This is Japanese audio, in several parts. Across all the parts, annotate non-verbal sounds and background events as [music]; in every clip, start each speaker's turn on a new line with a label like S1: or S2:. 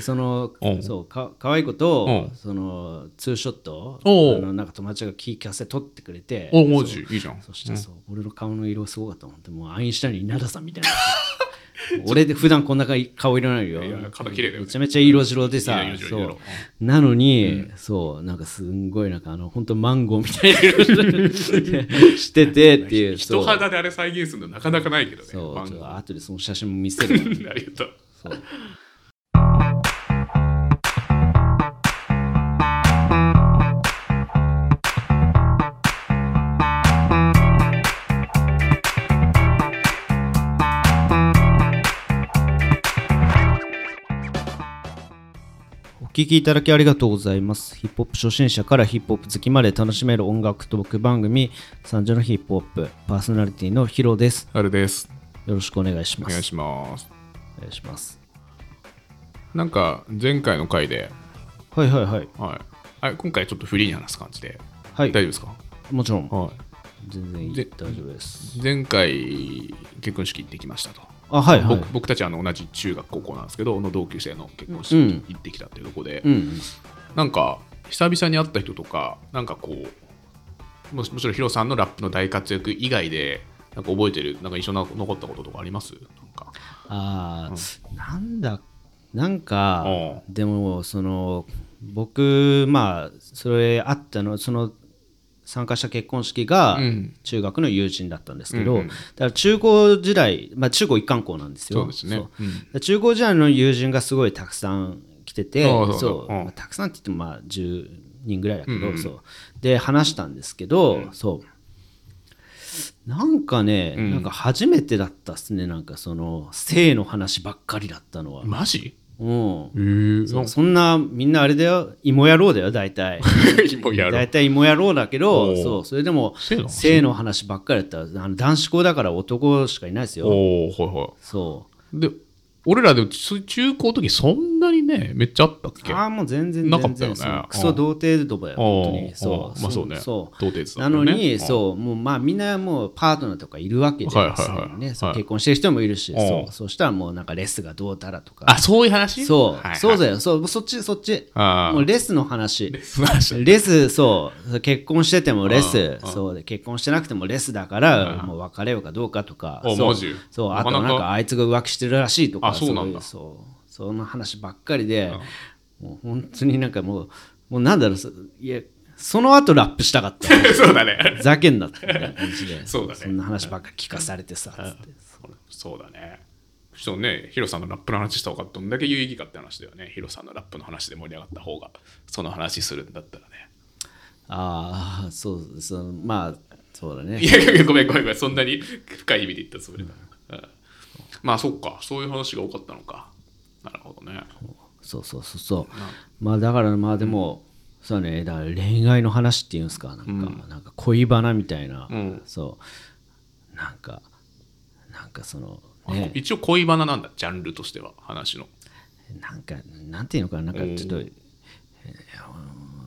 S1: その
S2: うん
S1: そうか可愛い子と
S2: うん
S1: そのツーショット
S2: おう
S1: あのなんか友達がキーキャセ撮ってくれて
S2: おマジいいじゃん
S1: そしてそう、俺の顔の色すごかったもんでもうアインシュタイン稲田さんみたいな [laughs] 俺で普段こんな顔色ないよ
S2: いや肌綺麗だよ
S1: め
S2: ね
S1: ちゃめちゃ色白でさ
S2: いいよいいよ
S1: そ
S2: いいよ
S1: うなのに、そうなんかすんごいなんかあの本当マンゴーみたいな色
S2: [laughs]
S1: してしててっていう
S2: 人
S1: そう
S2: 肌であれ再現するのなかなかないけどね
S1: そう
S2: 漫
S1: ちょっと
S2: 画
S1: 後でその写真も見せるから
S2: ありがとう
S1: そうお聞きいただきありがとうございます。ヒップホップ初心者からヒップホップ好きまで楽しめる音楽トーク番組、三女のヒップホップ、パーソナリティのヒロです。
S2: あれです
S1: よろしくお願いし
S2: お
S1: ます。
S2: 願いします
S1: お願いします。
S2: なんか前回の回で、
S1: はいはいはい。
S2: はい、あ今回ちょっとフリーに話す感じで
S1: はい
S2: 大丈夫ですか、
S1: もちろん。
S2: は
S1: 全然いい
S2: で
S1: 大丈夫です。
S2: い、前回結婚式行ってきましたと
S1: あ、はいはい。
S2: 僕僕たちあの同じ中学高校なんですけどの同級生の結婚式に行ってきたっていうところで、
S1: うん。
S2: なんか久々に会った人とかなんかこうもしもちろんヒロさんのラップの大活躍以外でなんか覚えてるなんか印象の残ったこととかありますなんか
S1: あー、なんだ、なんか
S2: お、
S1: でも、その、僕、まあ、それあったの、その、参加した結婚式が
S2: うん
S1: 中学の友人だったんですけど、
S2: うんうん
S1: だから中高時代、まあ、中高一貫校なんですよ。
S2: そうですねうん
S1: だから中高時代の友人がすごいたくさん来てて、
S2: そうそう
S1: そう
S2: うん
S1: まあたくさんって言ってもまあ10人ぐらいだけど、
S2: うんうん
S1: そうで話したんですけど、そうなんかね、
S2: うん
S1: なんか初めてだったっすねなんかその性の話ばっかりだったのは、
S2: マジ
S1: うん
S2: えー、
S1: そ
S2: そ
S1: [laughs]
S2: う
S1: そんなみんなあれだよ芋野郎だよ大体
S2: 今やろ
S1: 大
S2: う
S1: 体芋野郎だけ
S2: お
S1: ど
S2: う
S1: そうそれでも
S2: 性の話
S1: 性の話ばっかりだったあの男子校だから男しかいないですよ
S2: おおはいは
S1: そう
S2: いで俺らでも中中高の時そんなにねめっちゃあったっけ
S1: ああ、もう全然
S2: なかったよ
S1: 全
S2: ね
S1: 然そう
S2: うん
S1: クソ童貞とかよ、
S2: お
S1: 本当に。
S2: ー
S1: そ
S2: お
S1: う。
S2: ーまあそうね
S1: そう
S2: 童貞です
S1: な
S2: よね
S1: の
S2: う
S1: に、
S2: ん
S1: そう、もうまあみんなもうパートナーとかいるわけで、
S2: はいはいはい
S1: すでにねそう
S2: はい
S1: 結婚してる人もいるし、
S2: おー
S1: そう。そしたらもうなんかレスがどうたらとか。
S2: あそういう話
S1: そう、
S2: はいはい
S1: そうだよ。そう、そっち、そっち。
S2: あ [laughs]
S1: もうレスの話。
S2: あ
S1: レス、そう。結婚しててもレス、そうで、結婚してなくてもレスだから、もう別れようかどうかとか。
S2: お
S1: そう
S2: マジ
S1: そう、あ
S2: な
S1: と
S2: かな
S1: な
S2: か
S1: んかあいつが浮気してるらしいとか。
S2: あそうなんだ
S1: そういうそうその話ばっかりで、もう本当になんかもう、もうなんだろう、そいや、その後ラップしたか
S2: [laughs]
S1: った。
S2: そうだね
S1: ふざけんなってみたいな感じで、
S2: そうだね
S1: んな話ばっかり聞かされてさ、つって。
S2: そうだねそうねヒロさんのラップの話した方がどんだけ有意義かって話だよねヒロさんのラップの話で盛り上がった方がその話するんだったらね
S1: ああ、そう、そうまあ、そうだね
S2: い。やいやいやごめんごめんごめんそんなに深い意味で言ったつもりだ、うんまあそっかそういう話が多かったのかなるほどね
S1: そうそうそうそう。まあだからまあでも、そうね、だから恋愛の話っていうんですか、なんか、なんか恋バナみたいな、
S2: ん
S1: そう、なんか、なんかその、
S2: あ
S1: ね、
S2: 一応恋バナなんだジャンルとしては話の
S1: なんか、なんていうのかな、なんかちょっと、えー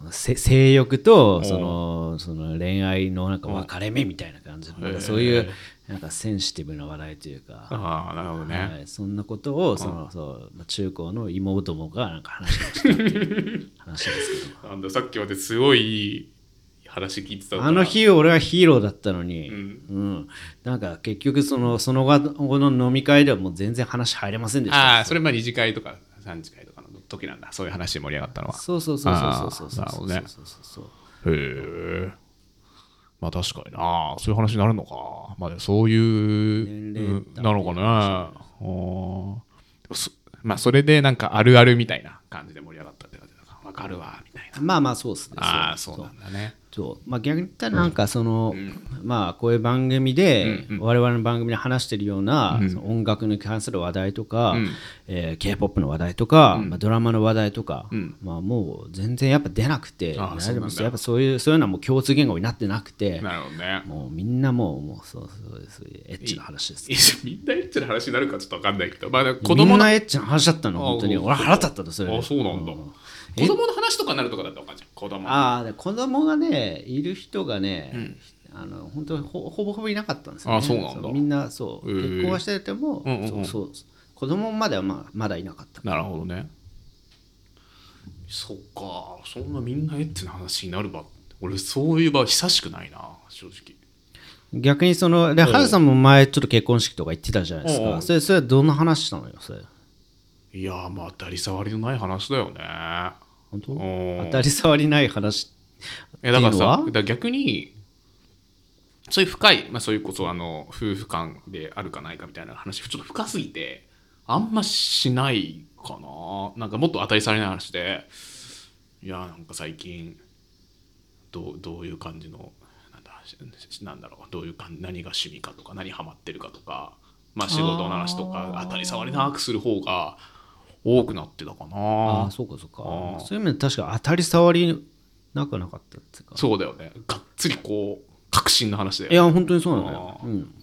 S1: あのせ性欲とそのその恋愛のなんか別れ目みたいな感じのなんかそういうなんかセンシティブな話題というか、
S2: ああなるほどね、
S1: はい、そんなことをその、そうまあ中高の妹もがなんか話してましたっていう話なんですけど
S2: なんださっきまですごいいい話聞いてたから
S1: あの日俺はヒーローだったのに、うんんなんか結局そのその後の飲み会ではもう全然話入れませんでした。
S2: ああそれまあ二次会とか三次会とかの時なんだそういう話で盛り上がったのは
S1: そうそうそうそうそうそう
S2: あーなる
S1: そうそ
S2: ほどね
S1: うそうそう
S2: へえまあ確かになそういう話になるのかまあでもそういう
S1: 年齢
S2: うんなのかなうんそまあそれでなんかあるあるみたいな感じで盛り上がったって感じだなわかるわみたいな
S1: まあまあそうっすね。
S2: ああそうなんだね
S1: そうまあ、逆に言ったらなんかその、まあこういう番組で、我々の番組で話してるような、その音楽に関する話題とか、えー、k p o p の話題とか、まあ、ドラマの話題とか、まあ、もう全然やっぱ出なくて
S2: あそうなんだ
S1: やっぱそういうそういうのはもう共通言語になってなくて
S2: なるほどね
S1: もうみんなもうもうそうそうそういうエッチな話です
S2: いやみんなエッチな話になるかちょっとわかんないけどまあ子
S1: 子
S2: 供
S1: 供
S2: の
S1: のエッチな話だったの本当に
S2: あそう
S1: 俺腹立ったとそれ
S2: あそうなんだ、
S1: え
S2: 子供の話とかになるとかだったらわかんじゃん子供の
S1: ああで子供がねいる人がね、あの本当にほほぼほぼいなかったんですよ、ね、
S2: あそうなんだ
S1: みんなそう
S2: へえ
S1: 結婚はしてても、
S2: うんうんうん
S1: そうそう子供まではまあまだいなかった
S2: なるほどねそっかそんなみんなえってな話になる場俺そういう場久しくないな正直
S1: 逆にそので
S2: うん
S1: ハルさんも前ちょっと結婚式とか行ってたじゃないです
S2: うんう
S1: か
S2: ん
S1: それそれはどんな話したのよそれ
S2: いやーまあ当たり障りのない話だよね
S1: 本当
S2: うん
S1: 当たり障りない話
S2: いやだから
S1: っていうの
S2: さ
S1: は
S2: だから逆にそういう深い、まあ、そういうこそあの夫婦間であるかないかみたいな話ちょっと深すぎてあんましないかななんかもっと当たり障りない話でいやなんか最近どうどういう感じのなんだしなんだろうどういう感何が趣味かとか何ハマってるかとか、まあ、仕事の話とか
S1: あー
S2: 当たり障りなくする方が多くなってたか
S1: あ
S2: な
S1: あそうかそうか
S2: あー
S1: そういう意味で確か当たり障りなくなかったっていうか
S2: そうだよねがっつりこう確信の話だよ
S1: い
S2: ね
S1: や本当にそうなのよ
S2: あ
S1: うん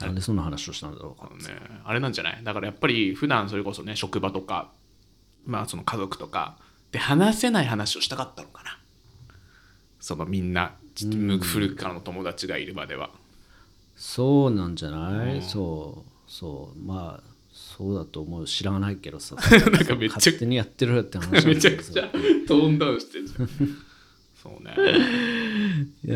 S1: なんでそんな話をしたんだろうか
S2: ね、あれなんじゃないだからやっぱり普段それこそね職場とかまあその家族とかで話せない話をしたかったのかなそのみんなち古くからの友達がいるま [laughs] では、
S1: そうなんじゃないそうそうまあそうだと思う知らないけど
S2: [laughs]
S1: さ
S2: なんかめっちゃ
S1: 勝手にやってるって話なん
S2: [laughs] め
S1: だけ
S2: ちゃ
S1: ど
S2: く
S1: さ
S2: ちゃトーンダウンしてるじゃんそうね
S1: うー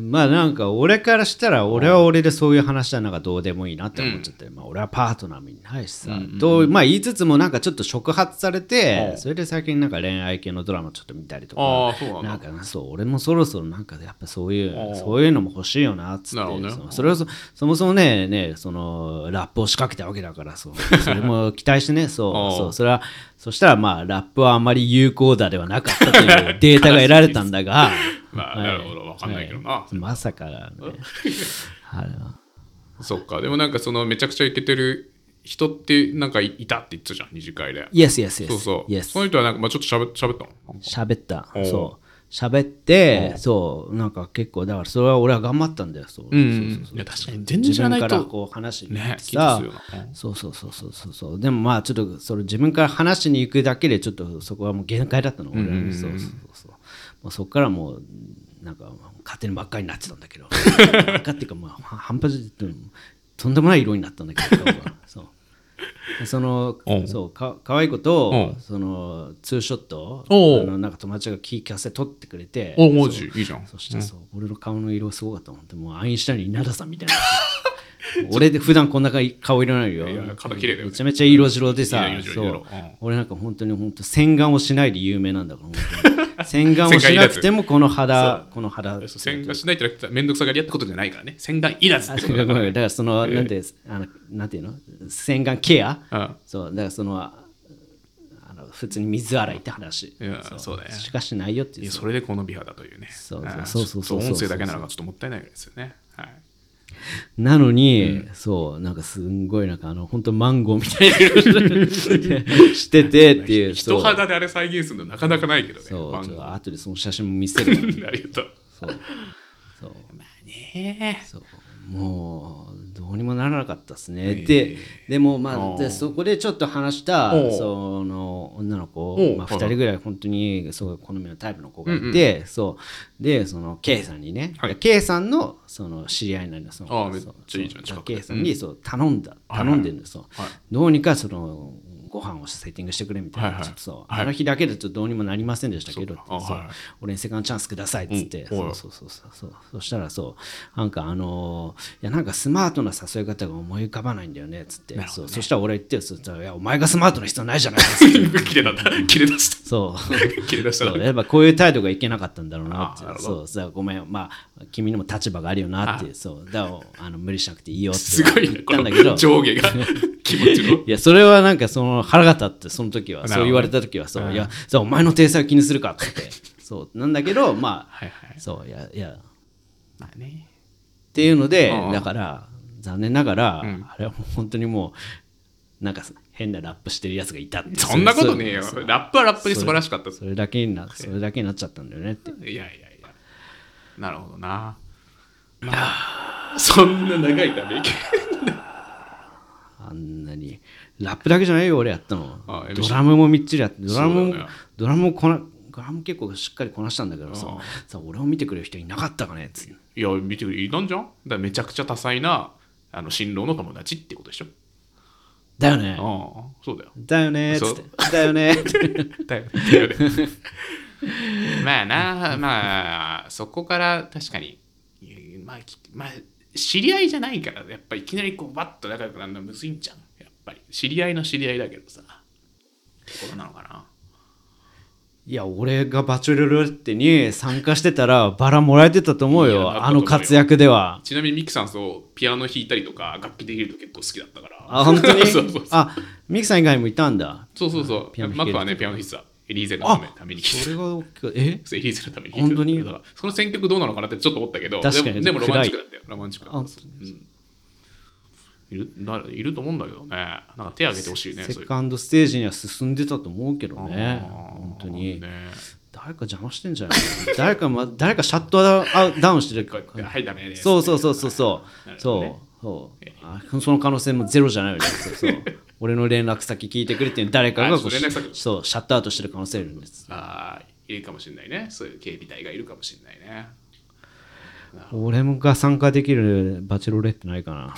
S1: んまあなんか俺からしたら俺は俺でそういう話はなんかどうでもいいなって思っちゃって、まあ俺はパートナーもいないしさ、どうまあ言いつつもなんかちょっと触発されて、
S2: うん
S1: それで最近なんか恋愛系のドラマちょっと見たりと
S2: あ
S1: か
S2: あそうなんだ
S1: なんかなそう俺もそろそろなんかやっぱそういう、
S2: うん
S1: そういうのも欲しいよなっつって
S2: なるほどね
S1: そのそれをそそもそもねねそのラップを仕掛けたわけだからそう
S2: [laughs]
S1: それも期待してね
S2: う
S1: そ
S2: ん
S1: うそうそれはそしたらまあラップはあまり有効打ではなかったというデータが得られたんだが
S2: まあ [laughs] なるほどわかんないけどな、
S1: まさかね。
S2: [laughs]
S1: あれ
S2: そっかでもなんかそのめちゃくちゃイケてる人ってなんかいいたって言ってたじゃん二次会で
S1: Yes, yes, yes.
S2: そうそう、そ
S1: Yes.
S2: の人はなんか、まあ、ちょっとしゃべしゃべったの
S1: 喋った
S2: お。う
S1: そう。喋って、そう、なんか結構、だからそれは俺は頑張ったんだよ。そう。そうそうそう
S2: いや確かに全然
S1: 自
S2: 知らな
S1: 分
S2: い
S1: から
S2: と
S1: こう話しに行
S2: ね
S1: って
S2: 気が
S1: さ
S2: するよな、
S1: そうそうそうそうそうそうでもまあちょっとそれ自分から話しに行くだけでちょっとそこはもう限界だったの俺はそうそうそうもうそこからもうなんか勝手に真っ赤になってたんだけど真っ赤っていうかまあ半端じゃとんでもない色になったんだけど顔がそうでその
S2: うん
S1: そうか可愛い子と
S2: うん
S1: そのツーショット
S2: おう
S1: あのなんか友達がキーキャスで撮ってくれて
S2: おマジいいじゃん
S1: そしてそう、俺の顔の色すごかったもん。でもアインシュタインの稲田さんみたいな。俺で普段こんな顔色ないよ。
S2: いや顔綺麗だよね
S1: めちゃめちゃ色白でさ
S2: いい、色
S1: そ
S2: 白
S1: う
S2: いい色白うん
S1: 俺なんか本当に本当洗顔をしないで有名なんだから本当に。洗顔をしなくてもこの肌、この肌。
S2: そう洗顔しないってなくて面倒くさがりやってことじゃないからね洗顔いらずっ
S1: あ
S2: て
S1: そ
S2: こ
S1: う
S2: とだ
S1: ご
S2: か
S1: め
S2: ら
S1: んだからその、なんてあのなんていうの洗顔ケア、
S2: うん
S1: そうだからそのあの普通に水洗いって話、
S2: いやそうだね
S1: しかしないよって
S2: い
S1: いう
S2: やそれでこの美肌というね
S1: そう
S2: あー
S1: そうそうそうそう
S2: ちょっと音声だけ
S1: そう
S2: な
S1: そう
S2: のがちょっともったいないぐらいですよねはい
S1: なのに、そう、なんかすんごい、なんかあの、本当マンゴーみたいな色してしててっていう、
S2: 人
S1: そう、
S2: 肌であれ再現するのなかなかないけどね
S1: そう
S2: 番
S1: ちょっ
S2: 組
S1: と
S2: あ
S1: 後でその写真も見せるわ
S2: [laughs] りがとう
S1: そう、そう、
S2: ね
S1: そう、もう、どうにもならなかったですね。で、でも、まあ、でそこでちょっと話した、
S2: おう
S1: その、女の子
S2: おう、
S1: まあ、
S2: はい
S1: 2
S2: はい
S1: 人ぐらい、本当に、そう、好みのタイプの子がいて、そう、で、その、K さんにね
S2: はい、
S1: K さんの、その、知り合いなんだ、その子
S2: ああ
S1: が、
S2: めっちゃいいじゃん
S1: そう
S2: 近くで
S1: K さんに、そう、頼んだ、
S2: はいはい
S1: 頼んでるんですよ
S2: はい。
S1: どうにか、その、ご飯をセッティングしてくれみたい
S2: はい
S1: な、
S2: はい
S1: ちょっとそう、
S2: はい
S1: あの日だけでちょっとどうにもなりませんでしたけど
S2: そうかあ、
S1: そう
S2: はい
S1: 俺にセカンドチャンスくださいっつって、
S2: うん
S1: そ
S2: おいう
S1: そうそうそうそうそしたらそうなんかあのーいやなんかスマートな誘い方が思い浮かばないんだよねっつって、そうそしたら俺言ってよそしたらいやお前がスマートな必要ないじゃないですか
S2: 切れだった切れ出し [laughs]
S1: そう
S2: た切れ出した
S1: そう
S2: な
S1: やっぱこういう態度がいけなかったんだろうなっ
S2: あーな
S1: て
S2: るほ
S1: そうそうごめんまあ君にも立場があるよなってそうだからあの無理しなくていいよって
S2: すごい
S1: 言
S2: ね
S1: っ
S2: こ
S1: たんだけど
S2: の
S1: [laughs]
S2: 上下が気持ち
S1: い
S2: の
S1: や、それはなんかその腹が立って、その時は、
S2: な
S1: そ
S2: るほど
S1: う言われた時は、そう、いや、そうお前の体裁を気にするかって言って、そう、なんだけど、まあ、
S2: はいはい
S1: そう、いや、いや、
S2: まあね
S1: っていうので、
S2: うんうん
S1: だから残念ながら、あれはもう本当にもうなんか変なラップしてるやつがいたって
S2: そんなことねえよ
S1: そうそう
S2: ラップはラップで素晴らしかった
S1: それだけになそれだけになっちゃったんだよねって
S2: いやいやいや。なるほどな。まあ、そんな長いため息。
S1: あんなにラップだけじゃないよ俺やったの
S2: あ MC
S1: ドラムもみっちりやってドラム
S2: そう
S1: も、
S2: だよね
S1: ドラムもこなドラム結構しっかりこなしたんだけどささ俺を見てくれる人いなかったかねっつって
S2: いや、見てくれ、いいなんじゃんだからめちゃくちゃ多彩なあの新郎の友達ってことでしょ。
S1: だよね
S2: ああそうだよ
S1: だよねつってだよね [laughs]
S2: だよだよね [laughs] まあなまあそこから確かにまあ、きまあ、知り合いじゃないからやっぱいきなりこうバッと仲良くなるのはむずいんじゃんやっぱり知り合いの知り合いだけどさところなのかない
S1: や俺がバチェロレッテに参加してたらバラもらえてたと思う
S2: いやだ
S1: よ
S2: ったと思
S1: あ
S2: うよ
S1: の活躍では
S2: ちなみにミキさんそうピアノ弾いたりとか楽器できると結構好きだったから
S1: あ本当に
S2: [laughs] そうそうそう
S1: あミキさん以外もいたんだ
S2: そうそうそう
S1: ピアノ弾ける
S2: マックはねピアノ弾いてたエリーゼのためために弾いて
S1: そ
S2: た
S1: れが大きくえ
S2: そうエリーゼのために弾いて
S1: 本
S2: た
S1: 当に
S2: だからその選曲どうなのかなってちょっと思ったけど
S1: 確か
S2: で
S1: に
S2: もでもロマンチックだ
S1: 暗
S2: ったよロマンチックだ
S1: あ
S2: ったそううんいるないると思うんだけどねなんか手挙げてほしいね
S1: セ
S2: そういう
S1: カンドステージには進んでたと思うけどね
S2: あー
S1: 本当に
S2: ね
S1: 誰か邪魔してんじゃない誰か、ま、 [laughs] 誰かシャットダウンダウンしてる
S2: こ
S1: か
S2: うはいダメです
S1: そうそうそうそうそう、
S2: なるほど
S1: そ
S2: ね
S1: うそうあその可能性もゼロじゃないよねそう
S2: [laughs]
S1: そう俺の連絡先聞いてくれっていう誰かがこ
S2: あ
S1: う
S2: そう連絡先
S1: そうシャットアウトしてる可能性あるんです
S2: ああいるかもしれないねそういう警備隊がいるかもしれないね
S1: 俺もが参加できるバチェロレってないか [laughs] な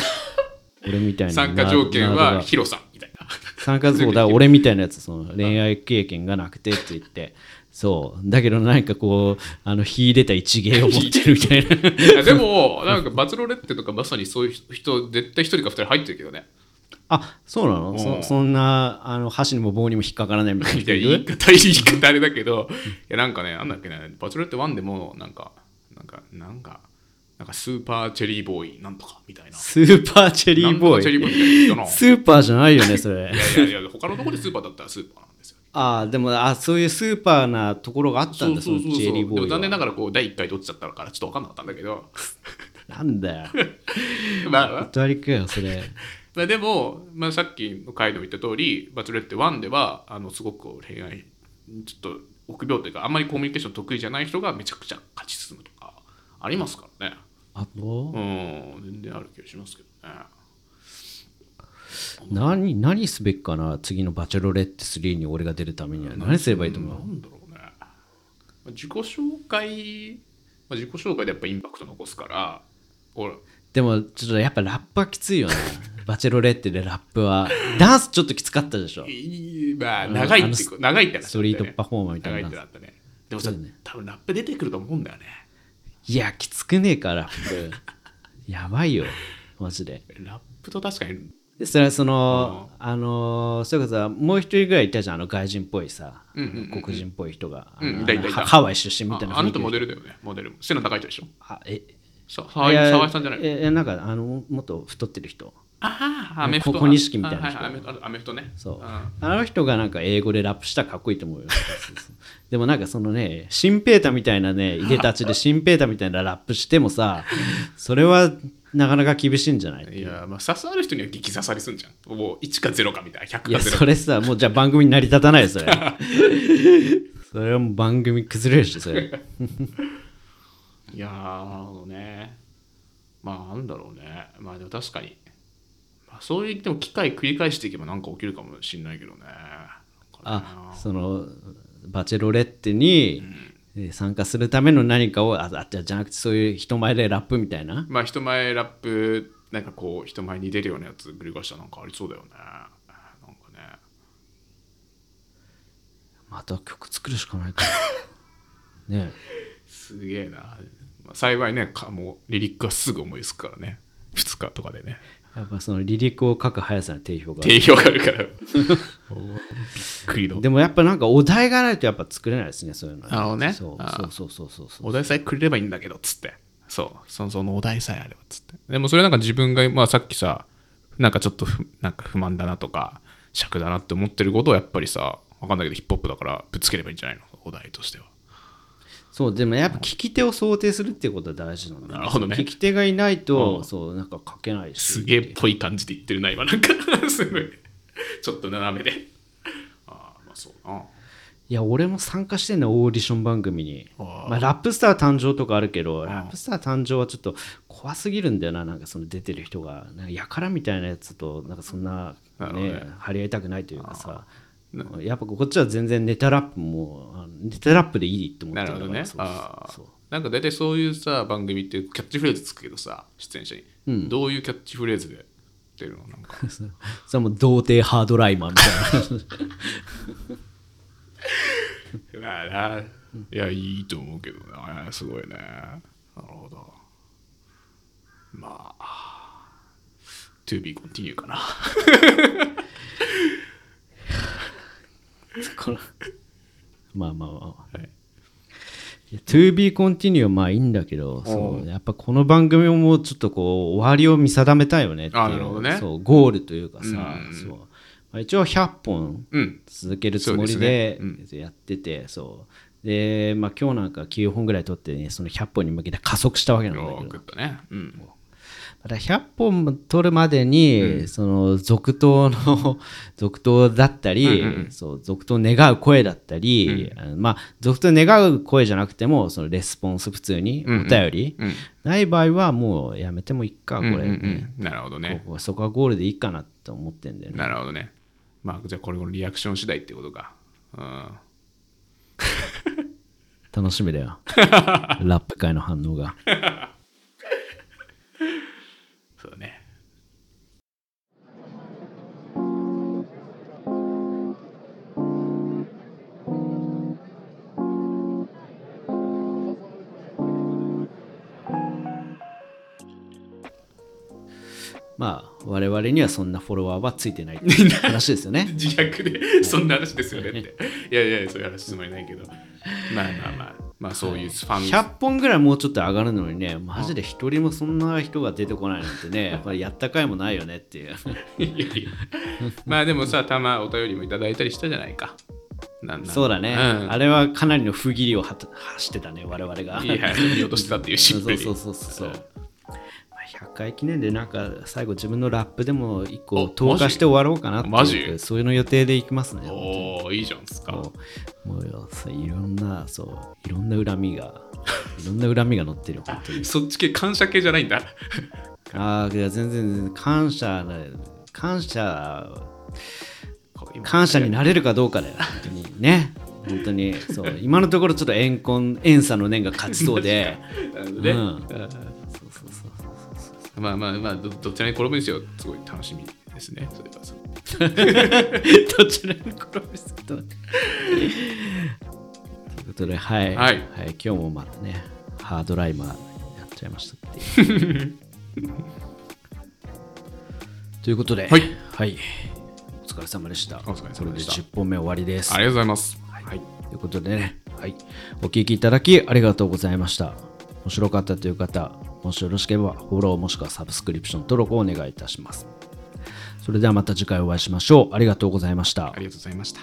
S1: 俺みたいな
S2: 参加条件
S1: な
S2: は
S1: な
S2: ヒロさんみたいな
S1: 参加そうだから俺みたいなやつその恋愛経験がなくてって言ってそうだけど何かこうあの秀でた一芸を持ってるみたいな
S2: いやでも、なんかバチェロレッテとかまさにそういう人、絶対一人か二人入ってるけどね。
S1: [laughs] あそうなの
S2: うん
S1: そそんなあの箸にも棒にも引っかからないみたいない
S2: や、言い方、言い方あれだけど、いや、なんかね、なんだっけね、バチェロレッテ1でも、なんか、なんか、なんか、なんかスーパーチェリーボーイなんとかみたいな。
S1: スーパーチェリーボ
S2: なんとかチェリーボーイみたい
S1: ー
S2: な
S1: イ
S2: の
S1: スーパーじゃないよねそれ
S2: いやいやいや、他のところでスーパーだったらスーパーなんですよ。
S1: [laughs] ああでもあそういうスーパーなところがあったんだそのチェリーボ
S2: でも
S1: ーイ
S2: 残念な
S1: は
S2: がら、こう、第1回で落ちちゃったから、ちょっと分かんなかったんだけど、
S1: なんだよ
S2: まあまあ、
S1: 断りかよそれ
S2: まあ、でも、まあ、さっきの回でも言った通り「バチェロレッテ1」ではあのすごくこう恋愛ちょっと臆病というかあんまりコミュニケーション得意じゃない人がめちゃくちゃ勝ち進むとかありますからね
S1: あと
S2: うん全然ある気がしますけどね
S1: 何何すべきかな次のバチェロレッテ3に俺が出るためには何すればいいと思う
S2: なんだろうねまあ自己紹介、まあ、自己紹介でやっぱインパクト残すから俺
S1: でもちょっとやっぱラップはきついよね [laughs] バチェロレッテでラップはダンスちょっときつかったでしょ
S2: いいまあ長いってこ長いってなっちゃったね
S1: ストリートパフォーマーみたいな
S2: 長いってなったねでもさ、
S1: そうだね
S2: 多分ラップ出てくると思うんだよね
S1: いやきつくねえからラ
S2: [laughs]
S1: ップやばいよマジで
S2: ラップと確かに
S1: でそれはその、あのーそういうことはもう一人ぐらいいたじゃんあの外人っぽいさ、
S2: うんうんうんうん
S1: 黒人っぽい人が、
S2: うん
S1: あの
S2: いたいたいた
S1: ハハワイ出身みたいな
S2: ああの人モ
S1: も
S2: デルだよね、モデルも。背の高い人でしょ。
S1: あえ
S2: さ沢井
S1: いや
S2: 沢井さんじゃないの
S1: ええなんかあのもっと太ってる人
S2: ああ、アメフ
S1: こ
S2: ト。
S1: 小錦みたいな
S2: あ
S1: 人
S2: ははアメフトアメフトね。
S1: そう
S2: あ
S1: あの人がなんか英語でラップしたらかっこいいと思うよそうそうでもなんかそのねシンペータみたいな [laughs] ねいでたちでシンペータみたいなラップしてもさそれはなかなか厳しいんじゃない
S2: ーいやー、まあ、刺さる人には激刺さりすんじゃん。もう1か0かみたいな、100か
S1: いや、
S2: 0か
S1: そ。れさ、もうじゃあ番組に成り立たないよ、そ [laughs] れ。それはもう番組崩れるし、それ。
S2: いやー、なるほどね。まあ、なんだろうね。まあ、でも確かに。まあ、そういう、でも機会繰り返していけばなんか起きるかもしれないけどね。
S1: あ、その、バチェロレッテにえー参加するための何かを、あ、あじゃあじゃなくて、そういう人前でラップみたいな。
S2: まあ、人前ラップ、なんかこう、人前に出るようなやつ繰り返したらなんかありそうだよね。なんかね。
S1: また曲作るしかない [laughs] から。ね
S2: すげえな、まあ、幸いねかもうリリックはすぐ思いつくからね2日とかで [laughs] ね
S1: えやっぱその離陸を書く速さの定評がある。
S2: 定評があるから [laughs] おーびっくりの
S1: でもやっぱなんかお題がないとやっぱ作れないですね、そういうのは。
S2: なるほどね
S1: そう
S2: あー
S1: そうそうそうそう。
S2: お題さえくれればいいんだけどっつってそうそのそのお題さえあればっつってでもそれなんか自分が、まあ、さっきさなんかちょっとふなんか不満だなとか尺だなって思ってることをやっぱりさわかんないけどヒップホップだからぶつければいいんじゃないのお題としては
S1: そうでもやっぱ聞き手を想定するっていうことは大事なんだ
S2: なるほどね
S1: 聞き手がいないと、そうなんか書けないし
S2: すげえっぽい感じで言ってるな今なんか [laughs] すごいちょっと斜めでああまあそうない
S1: や俺も参加してんのオーディション番組に
S2: あ
S1: まあ、ラップスター誕生とかあるけどラップスター誕生はちょっと怖すぎるんだよななんかその出てる人がなんかやからみたいなやつとなんかそんな、
S2: な
S1: ね
S2: るほど
S1: 張り合いたくないというかさやっぱこっちは全然ネタラップもあのネタラップでいいと思って
S2: な
S1: るから
S2: るほどね。
S1: そう
S2: ああ
S1: そうそう
S2: なんか大体そういうさ番組ってキャッチフレーズつくけどさ出演者に、どういうキャッチフレーズでってるのな
S1: [laughs]
S2: んか
S1: それも童貞ハードライマーみたいな
S2: まあないやいいと思うけどねすごいねなるほどまあ To be continue かな
S1: このまあまあまあ
S2: はい
S1: いや To be continue はまあいいんだけど、そうやっぱこの番組ももうちょっとこう終わりを見定めたいよねっていう
S2: あなるほどね
S1: そうゴールというかさ、
S2: うん
S1: そうまあ一応100本
S2: うん
S1: 続けるつもりでやってて、そうで、まあ、今日なんか9本ぐらい取って、ね、その100本に向けて加速したわけなんだ
S2: よ
S1: けど
S2: くったねうん
S1: ただ100本取るまでに、その続投の [laughs] 続投だったり、そう続投を願う声だったり、あのまあ、続投を願う声じゃなくてもそのレスポンス普通にお便り、
S2: うん
S1: ない場合はもうやめてもいいかこれ、
S2: うんうんうんなるほどね
S1: ここそこはゴールでいいかなと思ってんだよね
S2: なるほどねまあじゃあこれのリアクション次第ってことかうん
S1: 楽しみだ
S2: [laughs]
S1: よラップ界の反応が
S2: そうだね
S1: まあ我々にはそんなフォロワーはついて
S2: [laughs]
S1: ないっていう話ですよね
S2: 自虐でそんな話ですよねっていやいやそういう話つもりないけどまあまあまあまあそういうファン
S1: 100本ぐらいもうちょっと上がるのにねマジで一人もそんな人が出てこないなんてね
S2: [laughs]
S1: やっぱりやったかいもないよねっていう
S2: いやいやまあでもさたまお便りもいただいたりしたじゃないかなんなん
S1: そうだね、
S2: ん
S1: あれはかなりの不義理をはた走ってたね我々が
S2: いや見落としてたっていうシ
S1: そ
S2: ン
S1: う
S2: プルに
S1: そうそうそうそうまあ100回記念でなんか最後自分のラップでも1個投下して終わろうかなっていう
S2: マジ
S1: そういうの予定でいきますね
S2: おおいいじゃんすか
S1: そうもうよそういろんなそういろんな恨み
S2: [laughs]
S1: がいろんな恨みが乗ってるよ本当に
S2: そっち系感謝系じゃないんだ
S1: ああいや全然全然感謝だよ感謝感謝になれるかどうかだよ本当にね本当にそう今のところちょっと怨恨 [laughs] 怨差の念が勝ちそうで
S2: なるほどね
S1: うん
S2: あ
S1: そうそうそう
S2: ーまあまあまあどどちらに転ぶにしようすごい楽しみですねそれはそう
S1: どちらに転びすぎたのかということで、はい、
S2: はい
S1: 今日もまたね、ハードライマーやっちゃいましたって
S2: [laughs]
S1: いう。ということで、
S2: はい
S1: お疲れ様でした。
S2: お疲れ様でし
S1: こ
S2: た
S1: れで10本目終わりです。
S2: ありがとうございます
S1: はい、ということでね、はい、お聞きいただきありがとうございました。面白かったという方、もしよろしければフォローもしくはサブスクリプション登録をお願いいたします。それではまた次回お会いしましょう。ありがとうございました
S2: あ。りがとうございました